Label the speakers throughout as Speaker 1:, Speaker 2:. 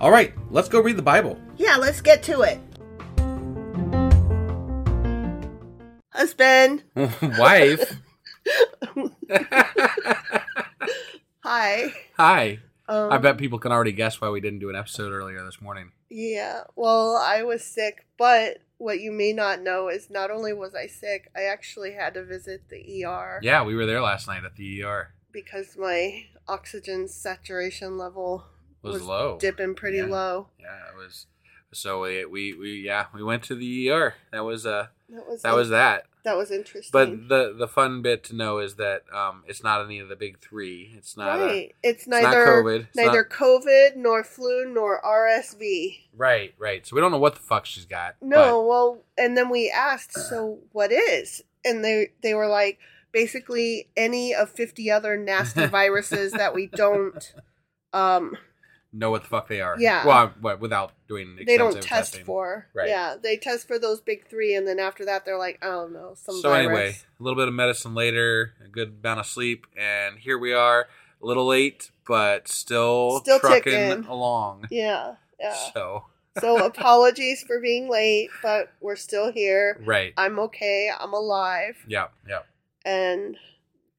Speaker 1: All right, let's go read the Bible.
Speaker 2: Yeah, let's get to it. Husband.
Speaker 1: Wife.
Speaker 2: Hi.
Speaker 1: Hi.
Speaker 2: Um,
Speaker 1: I bet people can already guess why we didn't do an episode earlier this morning.
Speaker 2: Yeah, well, I was sick, but what you may not know is not only was I sick, I actually had to visit the ER
Speaker 1: Yeah, we were there last night at the ER.
Speaker 2: because my oxygen saturation level
Speaker 1: Was low.
Speaker 2: dipping pretty
Speaker 1: Yeah.
Speaker 2: low.
Speaker 1: Yeah, it was. So we, we, we yeah, we went to the ER. That was uh,
Speaker 2: That was
Speaker 1: that was that.
Speaker 2: that was interesting.
Speaker 1: But the the fun bit to know is that um, it's not any of the big three. It's not a,
Speaker 2: right. it's
Speaker 1: not
Speaker 2: neither
Speaker 1: COVID. It's
Speaker 2: neither
Speaker 1: not-
Speaker 2: COVID nor flu nor RSV.
Speaker 1: right, right. So we don't know what the fuck she's got.
Speaker 2: No, well, and then we asked, so what is? And they they were like basically any of 50 other nasty viruses that we don't um
Speaker 1: but know what the fuck they are.
Speaker 2: Yeah.
Speaker 1: Well, I- what- without doing extensive
Speaker 2: they don't test
Speaker 1: testing.
Speaker 2: for.
Speaker 1: Right.
Speaker 2: Yeah, they test for those big 3 and then after that they're like, I don't know, some
Speaker 1: so
Speaker 2: virus.
Speaker 1: anyway, a little bit of medicine later, a good amount of sleep, and here we are. A little late, but still,
Speaker 2: Still
Speaker 1: trucking
Speaker 2: ticking.
Speaker 1: along.
Speaker 2: Yeah. Yeah.
Speaker 1: So
Speaker 2: so apologies for being late, but we're still here.
Speaker 1: right.
Speaker 2: I'm okay. I'm alive.
Speaker 1: yeah. Yeah.
Speaker 2: and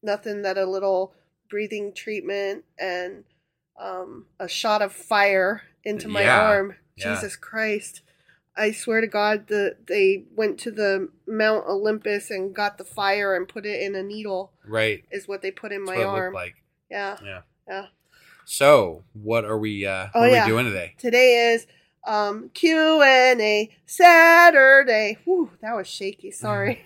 Speaker 2: nothing that a little breathing treatment and um, a shot of fire into my
Speaker 1: Yeah,
Speaker 2: arm.
Speaker 1: yeah.
Speaker 2: Jesus Christ. I swear to God that they went to the Mount Olympus and got the fire and put it in a needle
Speaker 1: Right.
Speaker 2: is what they put in
Speaker 1: That's
Speaker 2: my
Speaker 1: what it looked
Speaker 2: arm.
Speaker 1: like.
Speaker 2: Yeah,
Speaker 1: Yeah.
Speaker 2: yeah.
Speaker 1: So, what are we? Uh,
Speaker 2: Oh,
Speaker 1: what are
Speaker 2: yeah.
Speaker 1: we doing today?
Speaker 2: Today is um, Q and A Saturday. Whew, that was shaky. Sorry.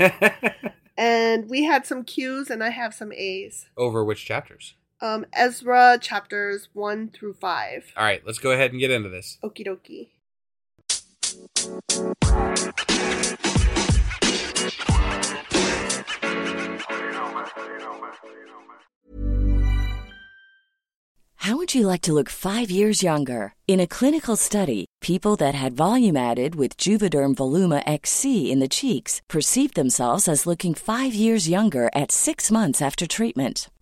Speaker 2: and we had some Q's and I have some A's.
Speaker 1: Over which chapters?
Speaker 2: Um, Ezra chapters one through five.
Speaker 1: All right, let's go ahead and get into this.
Speaker 2: Okie dokie.
Speaker 3: How would you like to look five years younger? In a clinical study, people that had volume added with Juvederm Voluma XC in the cheeks perceived themselves as looking five years younger at six months after treatment.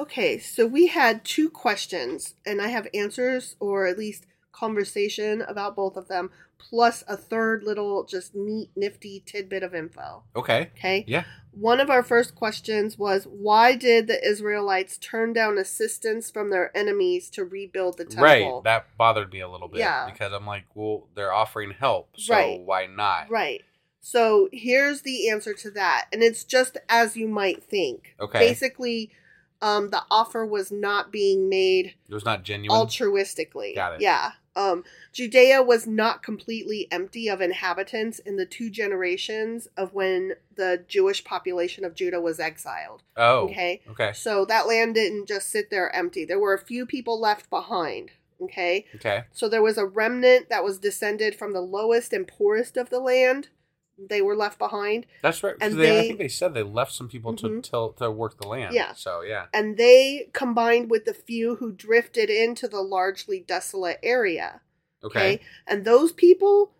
Speaker 2: Okay, so we had two questions, and I have answers or at least conversation about both of them, plus a third little just neat, nifty tidbit of info.
Speaker 1: Okay.
Speaker 2: Okay.
Speaker 1: Yeah.
Speaker 2: One of our first questions was why did the Israelites turn down assistance from their enemies to rebuild the temple?
Speaker 1: Right. That bothered me a little bit
Speaker 2: Yeah.
Speaker 1: because I'm like, well, they're offering help, so
Speaker 2: Right.
Speaker 1: why not?
Speaker 2: Right. So here's the answer to that, and it's just as you might think.
Speaker 1: Okay.
Speaker 2: Basically, um, the offer was not being made
Speaker 1: It was not genuine.
Speaker 2: altruistically.
Speaker 1: Got it.
Speaker 2: Yeah. Um, Judea was not completely empty of inhabitants in the two generations of when the Jewish population of Judah was exiled.
Speaker 1: oh.
Speaker 2: Okay.
Speaker 1: Okay.
Speaker 2: So that land didn't just sit there empty. There were a few people left behind. Okay.
Speaker 1: Okay.
Speaker 2: So there was a remnant that was descended from the lowest and poorest of the land. They were left behind.
Speaker 1: That's right. 'cause
Speaker 2: And
Speaker 1: they, I
Speaker 2: they-
Speaker 1: think they said they left some people
Speaker 2: Mhm.
Speaker 1: to till, to work the land.
Speaker 2: Yeah.
Speaker 1: So yeah.
Speaker 2: And they combined with the few who drifted into the largely desolate area.
Speaker 1: Okay.
Speaker 2: And those people,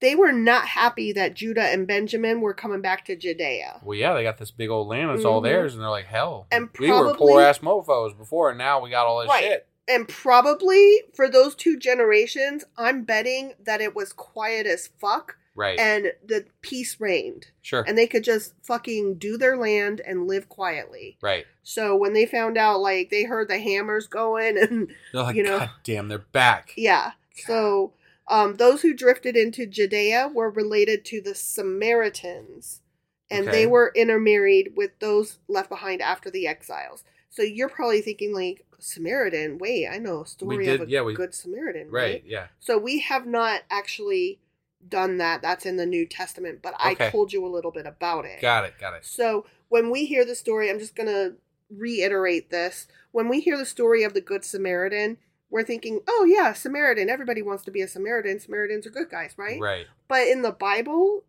Speaker 2: they were not happy that Judah and Benjamin were coming back to Judea.
Speaker 1: Well, yeah, they got this big old land. It's all
Speaker 2: Mhm.
Speaker 1: theirs, and they're like, hell,
Speaker 2: And
Speaker 1: we were
Speaker 2: probably-
Speaker 1: poor ass mofo's before, and now we got all this
Speaker 2: Right.
Speaker 1: shit.
Speaker 2: And probably for those two generations, I'm betting that it was quiet as fuck
Speaker 1: Right.
Speaker 2: and the peace reigned.
Speaker 1: sure.
Speaker 2: And they could just fucking do their land and live quietly.
Speaker 1: right.
Speaker 2: So when they found out, like, they heard the hammers going and
Speaker 1: They're like,
Speaker 2: you know-
Speaker 1: God damn, they're back.
Speaker 2: Yeah. So um, those who drifted into Judea were related to the Samaritans, and
Speaker 1: Okay.
Speaker 2: they were intermarried with those left behind after the exiles. So you're probably thinking like Samaritan. Wait, I know a story
Speaker 1: did-
Speaker 2: of a
Speaker 1: yeah, we-
Speaker 2: good Samaritan, right?
Speaker 1: Right. Yeah.
Speaker 2: So we have not actually done that. That's in the New Testament, but
Speaker 1: Okay.
Speaker 2: I told you a little bit about it.
Speaker 1: Got it. Got it.
Speaker 2: So when we hear the story, I'm just going to reiterate this. When we hear the story of the Good Samaritan, we're thinking, oh, yeah, Samaritan. Everybody wants to be a Samaritan. Samaritans are good guys, right?
Speaker 1: Right.
Speaker 2: But in the Bible,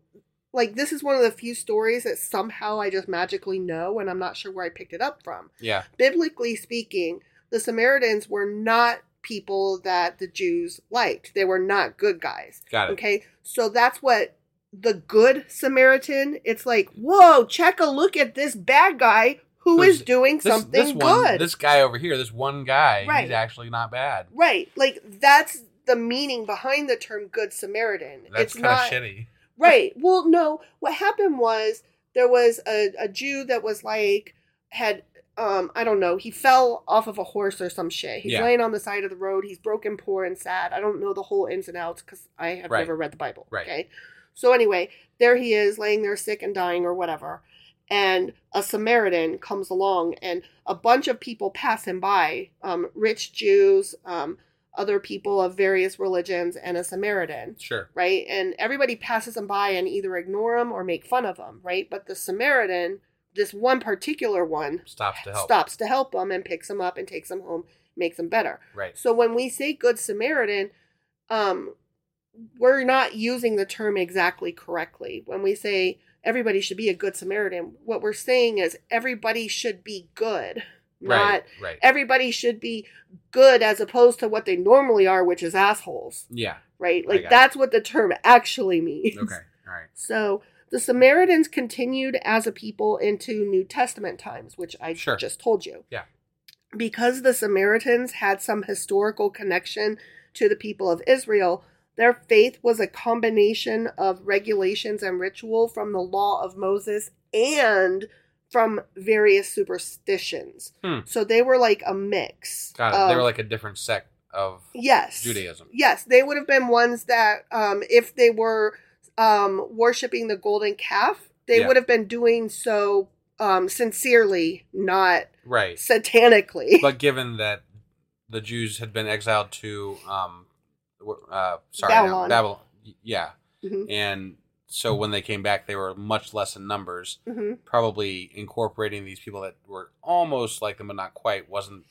Speaker 2: like, this is one of the few stories that somehow I just magically know, and I'm not sure where I picked it up from.
Speaker 1: Yeah.
Speaker 2: Biblically speaking, the Samaritans were not people that the Jews liked, they were not good guys.
Speaker 1: Got it.
Speaker 2: Okay, so that's what the good Samaritan. It's like, whoa, check a look at this bad guy who
Speaker 1: Who's-
Speaker 2: is doing
Speaker 1: this-
Speaker 2: something
Speaker 1: this one-
Speaker 2: good.
Speaker 1: this guy over here, this one guy,
Speaker 2: Right.
Speaker 1: he's actually not bad.
Speaker 2: right, like that's the meaning behind the term good Samaritan.
Speaker 1: That's
Speaker 2: it's
Speaker 1: kind of
Speaker 2: not
Speaker 1: shitty.
Speaker 2: right. Well, no, what happened was there was a, a Jew that was like had. Um, I don't know. He fell off of a horse or some shit. He's
Speaker 1: Yeah.
Speaker 2: laying on the side of the road. He's broken, poor, and sad. I don't know the whole ins and outs because I have
Speaker 1: Right.
Speaker 2: never read the Bible.
Speaker 1: Right.
Speaker 2: Okay. So anyway, there he is, laying there sick and dying or whatever. and a Samaritan comes along, and a bunch of people pass him by um, rich Jews, um, other people of various religions, and a Samaritan
Speaker 1: Sure.
Speaker 2: right? And everybody passes them by and either ignore them or make fun of them, right? But the Samaritan, this one particular one,
Speaker 1: Stops to help.
Speaker 2: stops to help them and picks them up and takes them home, makes them better.
Speaker 1: Right.
Speaker 2: So when we say good Samaritan, um, we're not using the term exactly correctly. When we say everybody should be a good Samaritan, what we're saying is everybody should be good,
Speaker 1: Right.
Speaker 2: not
Speaker 1: Right.
Speaker 2: everybody should be good as opposed to what they normally are, which is assholes
Speaker 1: yeah.
Speaker 2: right?
Speaker 1: I
Speaker 2: Like
Speaker 1: got it.
Speaker 2: that's what the term actually means.
Speaker 1: Okay. All right.
Speaker 2: So the Samaritans continued as a people into New Testament times, which I
Speaker 1: Sure.
Speaker 2: just told you.
Speaker 1: Yeah.
Speaker 2: Because the Samaritans had some historical connection to the people of Israel, their faith was a combination of regulations and ritual from the law of Moses and from various superstitions.
Speaker 1: Hmm.
Speaker 2: So they were like a mix.
Speaker 1: Got it. they
Speaker 2: of-
Speaker 1: were like a different sect of.
Speaker 2: yes
Speaker 1: Judaism.
Speaker 2: yes they would have been ones that um, if they were um, worshiping the golden calf they
Speaker 1: Yeah.
Speaker 2: would have been doing so um, sincerely not
Speaker 1: Right.
Speaker 2: satanically
Speaker 1: But given that the Jews had been exiled to, um, w- uh, sorry, Babylon.
Speaker 2: Babylon.
Speaker 1: Babylon. y- Yeah.
Speaker 2: Mhm.
Speaker 1: And so when they came back, they were much less in numbers.
Speaker 2: Mhm.
Speaker 1: probably incorporating these people that were almost like them but not quite wasn't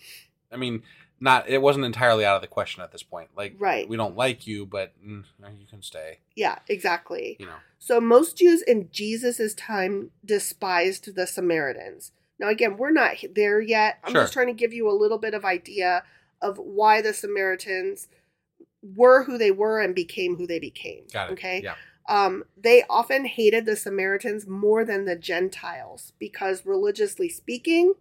Speaker 1: i mean not it wasn't entirely out of the question at this point like
Speaker 2: Right.
Speaker 1: we don't like you but mm, you can stay
Speaker 2: yeah exactly
Speaker 1: you know
Speaker 2: so most jews in jesus' time despised the samaritans now again we're not h- there yet i'm
Speaker 1: Sure.
Speaker 2: just trying to give you a little bit of idea of why the samaritans were who they were and became who they became
Speaker 1: got it
Speaker 2: okay
Speaker 1: yeah
Speaker 2: um, they often hated the Samaritans more than the Gentiles because, religiously speaking,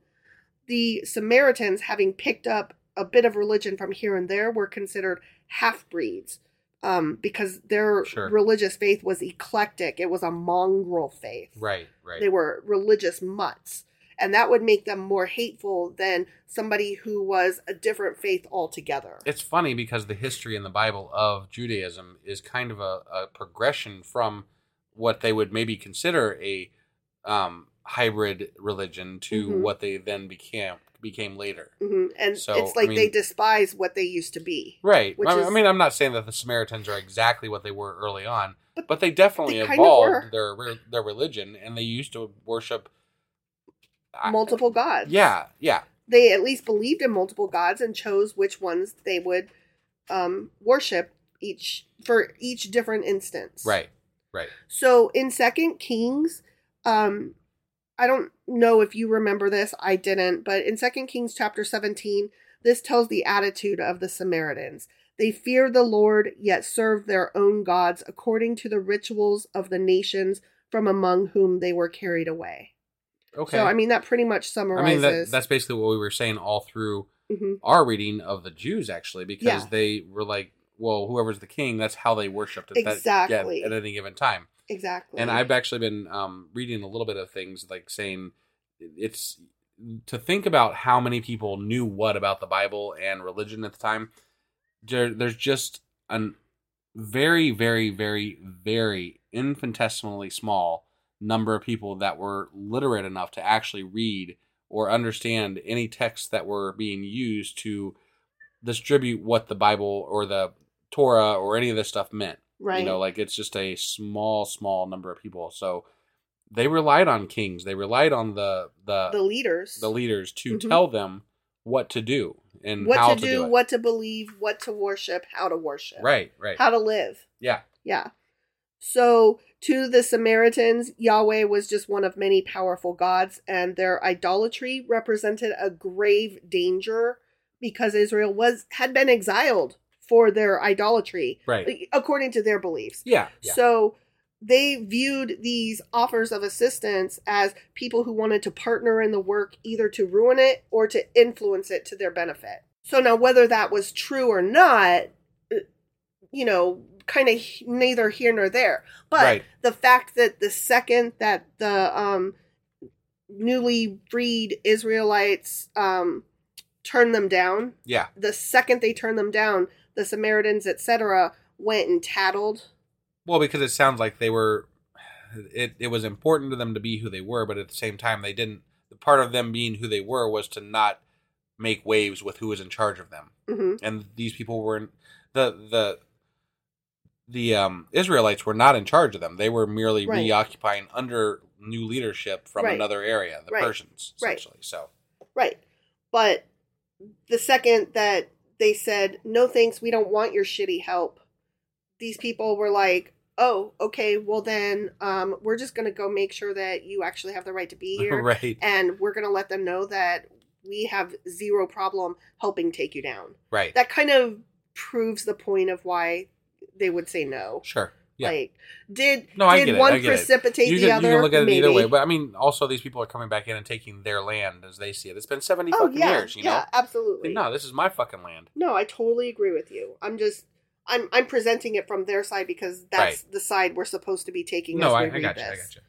Speaker 2: the Samaritans, having picked up a bit of religion from here and there, were considered half breeds um, because their
Speaker 1: Sure.
Speaker 2: religious faith was eclectic. It was a mongrel faith.
Speaker 1: right right
Speaker 2: They were religious mutts. And that would make them more hateful than somebody who was a different faith altogether.
Speaker 1: it's funny because the history in the bible of judaism is kind of a, a progression from what they would maybe consider a um, hybrid religion to
Speaker 2: Mhm.
Speaker 1: what they then became became later
Speaker 2: Mhm. And
Speaker 1: So,
Speaker 2: it's
Speaker 1: I
Speaker 2: like they
Speaker 1: mean-
Speaker 2: despise what they used to be.
Speaker 1: Right.
Speaker 2: Which
Speaker 1: I, mean-
Speaker 2: is-
Speaker 1: I mean, I'm not saying that the Samaritans are exactly what they were early on, but, they definitely
Speaker 2: they kind of were.
Speaker 1: evolved their re- their religion, and they used to worship I-
Speaker 2: Multiple gods.
Speaker 1: Yeah, yeah,
Speaker 2: they at least believed in multiple gods and chose which ones they would um, worship each for each different instance.
Speaker 1: right, right.
Speaker 2: So in Second Kings, um, I don't know if you remember this. I didn't, but in Second Kings chapter seventeen, this tells the attitude of the Samaritans. They feared the Lord, yet served their own gods according to the rituals of the nations from among whom they were carried away.
Speaker 1: Okay.
Speaker 2: So I mean that pretty much
Speaker 1: I mean
Speaker 2: summarizes.
Speaker 1: that, that's basically what we were saying all through
Speaker 2: Mhm.
Speaker 1: our reading of the Jews, actually, because
Speaker 2: Yeah.
Speaker 1: they were like, well, whoever's the king, that's how they worshipped at, that-
Speaker 2: Exactly.
Speaker 1: yeah, at any given time.
Speaker 2: exactly.
Speaker 1: And I've actually been um, reading a little bit of things like saying it's to think about how many people knew what about the Bible and religion at the time. There, there's just a very, very, very, very infinitesimally small number of people that were literate enough to actually read or understand any texts that were being used to distribute what the Bible or the Torah or any of this stuff meant.
Speaker 2: Right.
Speaker 1: You know, like it's just a small, small number of people. So they relied on kings. They relied on the the
Speaker 2: the
Speaker 1: uh, the,
Speaker 2: leaders
Speaker 1: leaders to
Speaker 2: Mhm.
Speaker 1: tell them what to do and
Speaker 2: what
Speaker 1: how
Speaker 2: to do,
Speaker 1: it.
Speaker 2: what to believe what to worship how to worship
Speaker 1: right, right.
Speaker 2: how to live
Speaker 1: yeah.
Speaker 2: yeah so to the samaritans yahweh was just one of many powerful gods and their idolatry represented a grave danger because israel was had been exiled for their idolatry
Speaker 1: Right.
Speaker 2: according to their beliefs
Speaker 1: Yeah. yeah.
Speaker 2: so they viewed these offers of assistance as people who wanted to partner in the work either to ruin it or to influence it to their benefit. So now, whether that was true or not, uh, you know, kind of neither here nor there. But
Speaker 1: Right.
Speaker 2: the fact that the second that the um, newly freed Israelites um, turned them down,
Speaker 1: yeah.
Speaker 2: the second they turned them down, the Samaritans, etc., went and tattled
Speaker 1: Well, because it sounds like they were it, it was important to them to be who they were, but at the same time, they didn't. The part of them being who they were was to not make waves with who was in charge of them.
Speaker 2: hmm
Speaker 1: And these people weren't the the the um, Israelites were not in charge of them. They were merely
Speaker 2: Right.
Speaker 1: reoccupying under new leadership from
Speaker 2: Right.
Speaker 1: another area, the
Speaker 2: Right.
Speaker 1: Persians,
Speaker 2: Right.
Speaker 1: essentially. So
Speaker 2: Right. But the second that they said, no thanks, we don't want your shitty help, these people were like, oh, okay, well then um, we're just going to go make sure that you actually have the right to be here.
Speaker 1: right,
Speaker 2: And we're going to let them know that we have zero problem helping take you down.
Speaker 1: right,
Speaker 2: That kind of proves the point of why they would say no.
Speaker 1: sure, yeah.
Speaker 2: Like, did,
Speaker 1: No, I
Speaker 2: did
Speaker 1: get it.
Speaker 2: one
Speaker 1: I get
Speaker 2: precipitate
Speaker 1: it. You
Speaker 2: the
Speaker 1: can,
Speaker 2: other?
Speaker 1: You can look at it either way,
Speaker 2: Maybe.
Speaker 1: but I mean, also these people are coming back in and taking their land as they see it. It's been seventy
Speaker 2: oh,
Speaker 1: fucking
Speaker 2: yeah.
Speaker 1: years, you
Speaker 2: yeah,
Speaker 1: know.
Speaker 2: absolutely.
Speaker 1: Like, no, this is my fucking land.
Speaker 2: No, I totally agree with you. I'm just I'm I'm presenting it from their side because that's the side we're supposed to be taking.
Speaker 1: No,
Speaker 2: as
Speaker 1: I,
Speaker 2: we
Speaker 1: I
Speaker 2: read
Speaker 1: got you. I
Speaker 2: this.
Speaker 1: got you.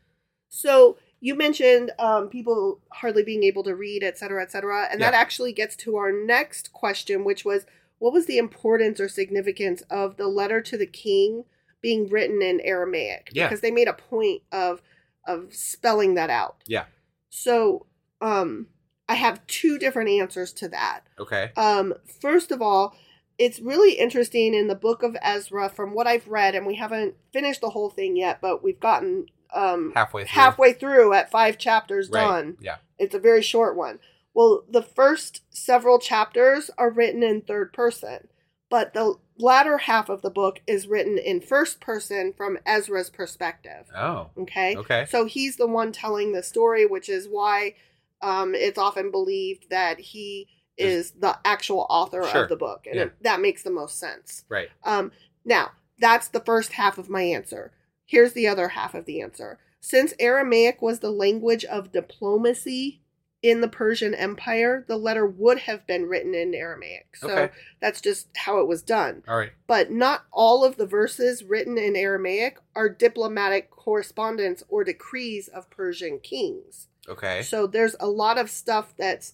Speaker 2: So you mentioned um, people hardly being able to read, et cetera, et cetera, and that
Speaker 1: Yeah.
Speaker 2: actually gets to our next question, which was what was the importance or significance of the letter to the king being written in Aramaic?
Speaker 1: Yeah.
Speaker 2: Because they made a point of of spelling that out.
Speaker 1: Yeah.
Speaker 2: So um, I have two different answers to that.
Speaker 1: Okay.
Speaker 2: Um, first of all, it's really interesting in the book of Ezra, from what I've read, and we haven't finished the whole thing yet, but we've gotten um,
Speaker 1: Halfway through.
Speaker 2: halfway through at five chapters
Speaker 1: Right.
Speaker 2: done.
Speaker 1: Yeah.
Speaker 2: It's a very short one. Well, the first several chapters are written in third person, but the latter half of the book is written in first person from Ezra's perspective.
Speaker 1: Oh.
Speaker 2: Okay.
Speaker 1: Okay.
Speaker 2: So he's the one telling the story, which is why um, it's often believed that he is the actual author
Speaker 1: Sure.
Speaker 2: of the book, and
Speaker 1: Yeah.
Speaker 2: it- that makes the most sense.
Speaker 1: Right.
Speaker 2: Um, now, that's the first half of my answer. Here's the other half of the answer. Since Aramaic was the language of diplomacy in the Persian Empire, the letter would have been written in Aramaic. So
Speaker 1: Okay.
Speaker 2: that's just how it was done
Speaker 1: All right.
Speaker 2: but not all of the verses written in Aramaic are diplomatic correspondence or decrees of Persian kings.
Speaker 1: Okay.
Speaker 2: So there's a lot of stuff that's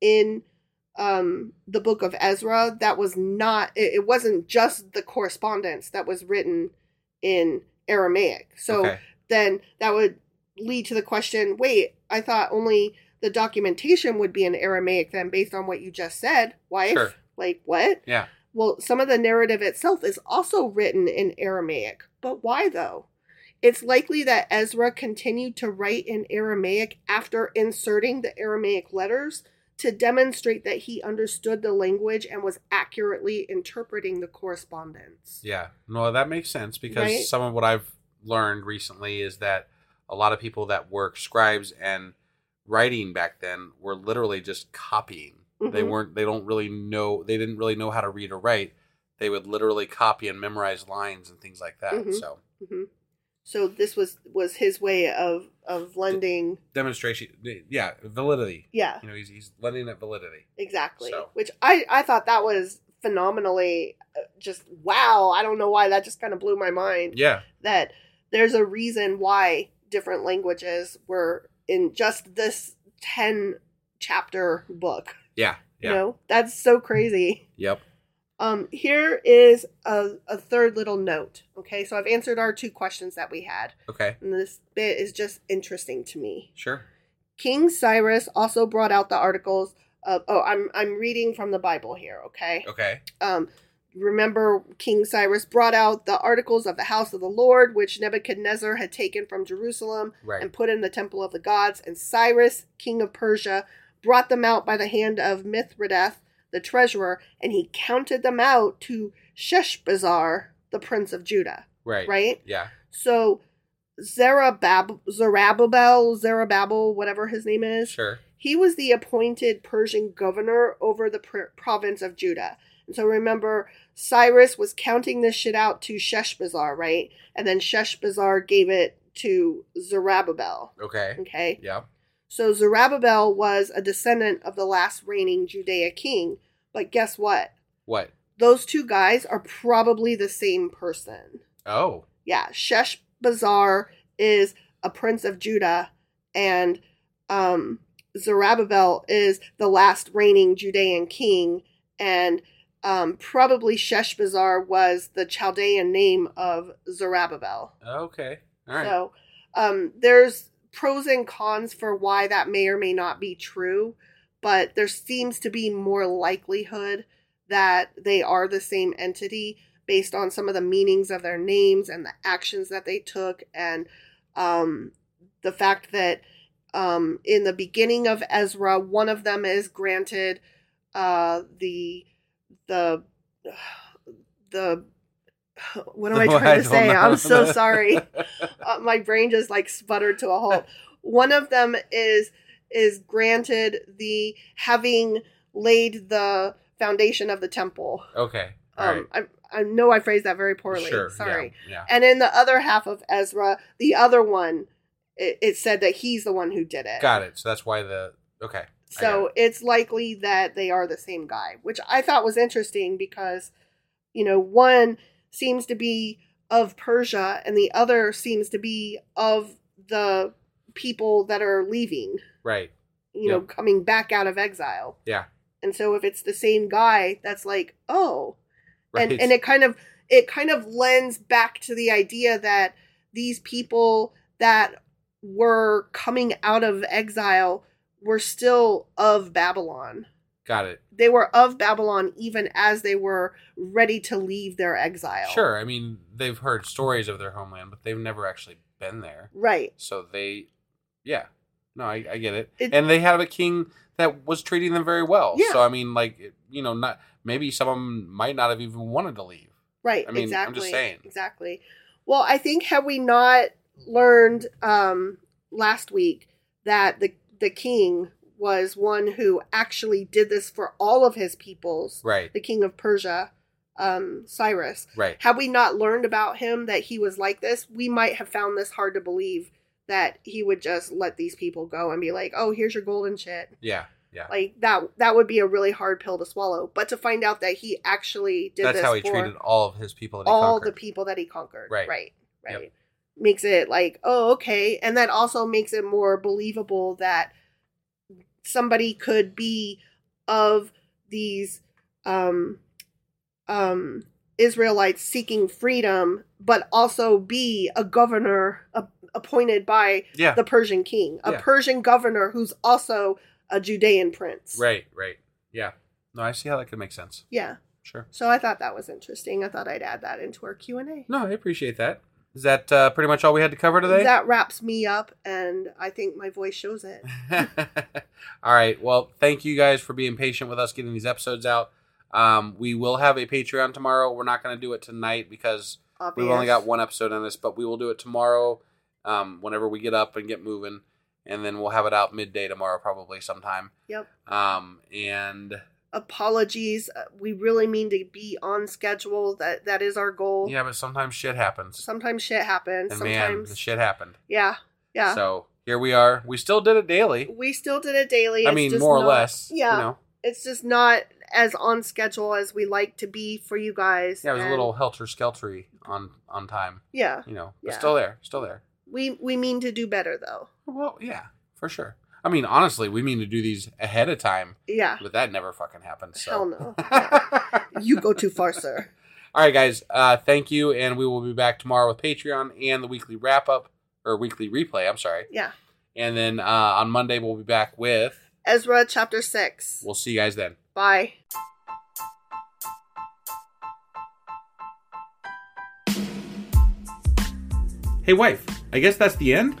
Speaker 2: in um, the book of Ezra that was not, it, it wasn't just the correspondence that was written in Aramaic. So
Speaker 1: Okay.
Speaker 2: then that would lead to the question wait, I thought only the documentation would be in Aramaic then based on what you just said, wife.
Speaker 1: Sure.
Speaker 2: Like, what?
Speaker 1: Yeah.
Speaker 2: Well, some of the narrative itself is also written in Aramaic. But why though? It's likely that Ezra continued to write in Aramaic after inserting the Aramaic letters to demonstrate that he understood the language and was accurately interpreting the correspondence.
Speaker 1: Yeah. No, that makes sense because
Speaker 2: Right?
Speaker 1: some of what I've learned recently is that a lot of people that were scribes and writing back then were literally just copying. They
Speaker 2: Mhm.
Speaker 1: weren't. They don't really know. They didn't really know how to read or write. They would literally copy and memorize lines and things like that.
Speaker 2: Mhm.
Speaker 1: So
Speaker 2: Mhm. So this was was his way of of lending,
Speaker 1: demonstration, yeah, validity.
Speaker 2: yeah,
Speaker 1: You know, he's he's lending it validity.
Speaker 2: exactly.
Speaker 1: Mm. So-
Speaker 2: Which I I thought that was phenomenally uh, just wow. I don't know why that just kind of blew my mind.
Speaker 1: Yeah.
Speaker 2: that there's a reason why different languages were in just this 10 chapter book
Speaker 1: Yeah. Yeah.
Speaker 2: you know that's so crazy
Speaker 1: Yep.
Speaker 2: um here is a, a third little note okay so i've answered our two questions that we had
Speaker 1: Okay.
Speaker 2: and this bit is just interesting to me
Speaker 1: Sure.
Speaker 2: king cyrus also brought out the articles of oh i'm i'm reading from the bible here okay
Speaker 1: Okay.
Speaker 2: um, remember King Cyrus brought out the articles of the house of the Lord, which Nebuchadnezzar had taken from Jerusalem
Speaker 1: Right.
Speaker 2: and put in the temple of the gods. And Cyrus, king of Persia, brought them out by the hand of Mithridath, the treasurer, and he counted them out to Sheshbazzar, the prince of Judah.
Speaker 1: Right.
Speaker 2: Right?
Speaker 1: Yeah.
Speaker 2: So Zerubbab- Zerubbabel, Zerubbabel, whatever his name is,
Speaker 1: Sure.
Speaker 2: he was the appointed Persian governor over the pr- province of Judah. And so remember, Cyrus was counting this shit out to Sheshbazzar, right? And then Sheshbazzar gave it to Zerubbabel.
Speaker 1: Okay.
Speaker 2: Okay.
Speaker 1: Yeah.
Speaker 2: So Zerubbabel was a descendant of the last reigning Judea king. But guess what?
Speaker 1: What?
Speaker 2: Those two guys are probably the same person.
Speaker 1: Oh.
Speaker 2: Yeah, Sheshbazzar is a prince of Judah, and um, Zerubbabel is the last reigning Judean king, and um, probably Sheshbazzar was the Chaldean name of Zerubbabel.
Speaker 1: Okay. All right.
Speaker 2: So um, there's pros and cons for why that may or may not be true, but there seems to be more likelihood that they are the same entity based on some of the meanings of their names and the actions that they took and um, the fact that um, in the beginning of Ezra, one of them is granted uh, the the the what am I
Speaker 1: Oh, I
Speaker 2: trying to
Speaker 1: don't
Speaker 2: say?
Speaker 1: know.
Speaker 2: I'm so sorry. Uh, my brain just like sputtered to a halt. One of them is is granted the having laid the foundation of the temple.
Speaker 1: Okay. All right.
Speaker 2: Um, I, I know I phrased that very poorly.
Speaker 1: Sure.
Speaker 2: Sorry.
Speaker 1: Yeah. yeah.
Speaker 2: And in the other half of Ezra, the other one, it, it said that he's the one who did it.
Speaker 1: Got it. So that's why the okay. I
Speaker 2: So
Speaker 1: got
Speaker 2: it's likely that they are the same guy, which I thought was interesting because, you know, one seems to be of Persia and the other seems to be of the people that are leaving,
Speaker 1: it. right.
Speaker 2: you know,
Speaker 1: Yep.
Speaker 2: coming back out of exile.
Speaker 1: Yeah.
Speaker 2: And so if it's the same guy, that's like, oh,
Speaker 1: Right.
Speaker 2: and and it kind of it kind of lends back to the idea that these people that were coming out of exile were still of Babylon.
Speaker 1: got it.
Speaker 2: They were of Babylon even as they were ready to leave their exile.
Speaker 1: Sure. I mean, they've heard stories of their homeland, but they've never actually been there.
Speaker 2: Right.
Speaker 1: So they, yeah, no, I, I get it.
Speaker 2: It-
Speaker 1: And they had a king that was treating them very well.
Speaker 2: Yeah.
Speaker 1: So I mean, like, it- you know, not maybe some of them might not have even wanted to leave.
Speaker 2: Right.
Speaker 1: I mean, I'm just
Speaker 2: exactly.
Speaker 1: saying.
Speaker 2: Exactly. Well, I think had we not learned um, last week that the the king was one who actually did this for all of his peoples,
Speaker 1: Right.
Speaker 2: the king of Persia, um, Cyrus.
Speaker 1: Right.
Speaker 2: Had we not learned about him that he was like this, we might have found this hard to believe that he would just let these people go and be like, "Oh, here's your golden shit."
Speaker 1: Yeah. Yeah.
Speaker 2: Like that that would be a really hard pill to swallow. But to find out that he actually did
Speaker 1: That's
Speaker 2: this
Speaker 1: how he
Speaker 2: for
Speaker 1: treated all of his people. That he
Speaker 2: all the
Speaker 1: conquered.
Speaker 2: people that he conquered.
Speaker 1: Right.
Speaker 2: Right.
Speaker 1: Yep.
Speaker 2: Right. Makes it like, oh, okay. And that also makes it more believable that somebody could be of these um um Israelites seeking freedom, but also be a governor a- appointed by
Speaker 1: Yeah.
Speaker 2: the Persian king, a
Speaker 1: Yeah.
Speaker 2: Persian governor who's also a Judean prince.
Speaker 1: Right. Right. Yeah. No, I see how that could make sense.
Speaker 2: Yeah.
Speaker 1: Sure.
Speaker 2: So I thought that was interesting. I thought I'd add that into our Q and A.
Speaker 1: No, I appreciate that. Is that uh, pretty much all we had to cover today?
Speaker 2: That wraps me up, and I think my voice shows it.
Speaker 1: All right. Well, thank you guys for being patient with us getting these episodes out. Um, we will have a Patreon tomorrow. We're not going to do it tonight because
Speaker 2: Obvious.
Speaker 1: we've only got one episode in this, but we will do it tomorrow um, whenever we get up and get moving. And then we'll have it out midday tomorrow, probably sometime.
Speaker 2: Yep.
Speaker 1: Um, and
Speaker 2: Apologies. Uh, We really mean to be on schedule. That that is our goal.
Speaker 1: yeah, but sometimes shit happens.
Speaker 2: Sometimes shit happens.
Speaker 1: And man,
Speaker 2: sometimes
Speaker 1: the shit happened.
Speaker 2: yeah, yeah.
Speaker 1: So here we are. We still did it daily.
Speaker 2: we still did it daily.
Speaker 1: I
Speaker 2: It's
Speaker 1: mean,
Speaker 2: just
Speaker 1: more or
Speaker 2: not-
Speaker 1: less.
Speaker 2: Yeah,
Speaker 1: You know,
Speaker 2: it's just not as on schedule as we like to be for you guys.
Speaker 1: yeah, it was a
Speaker 2: and-
Speaker 1: little helter skeltery on on time.
Speaker 2: Yeah,
Speaker 1: You know, but
Speaker 2: Yeah.
Speaker 1: still there, still there.
Speaker 2: we we mean to do better though.
Speaker 1: Well, yeah, for sure. I mean, honestly, we mean to do these ahead of time,
Speaker 2: Yeah.
Speaker 1: but that never fucking happens. So.
Speaker 2: Hell no. Yeah. you go too far, sir.
Speaker 1: All right, guys. Uh, thank you, and we will be back tomorrow with Patreon and the weekly wrap up or weekly replay. I'm sorry,
Speaker 2: Yeah.
Speaker 1: and then uh, on Monday we'll be back with.
Speaker 2: Ezra chapter six.
Speaker 1: We'll see you guys then.
Speaker 2: Bye.
Speaker 4: Hey, wife, I guess that's the end?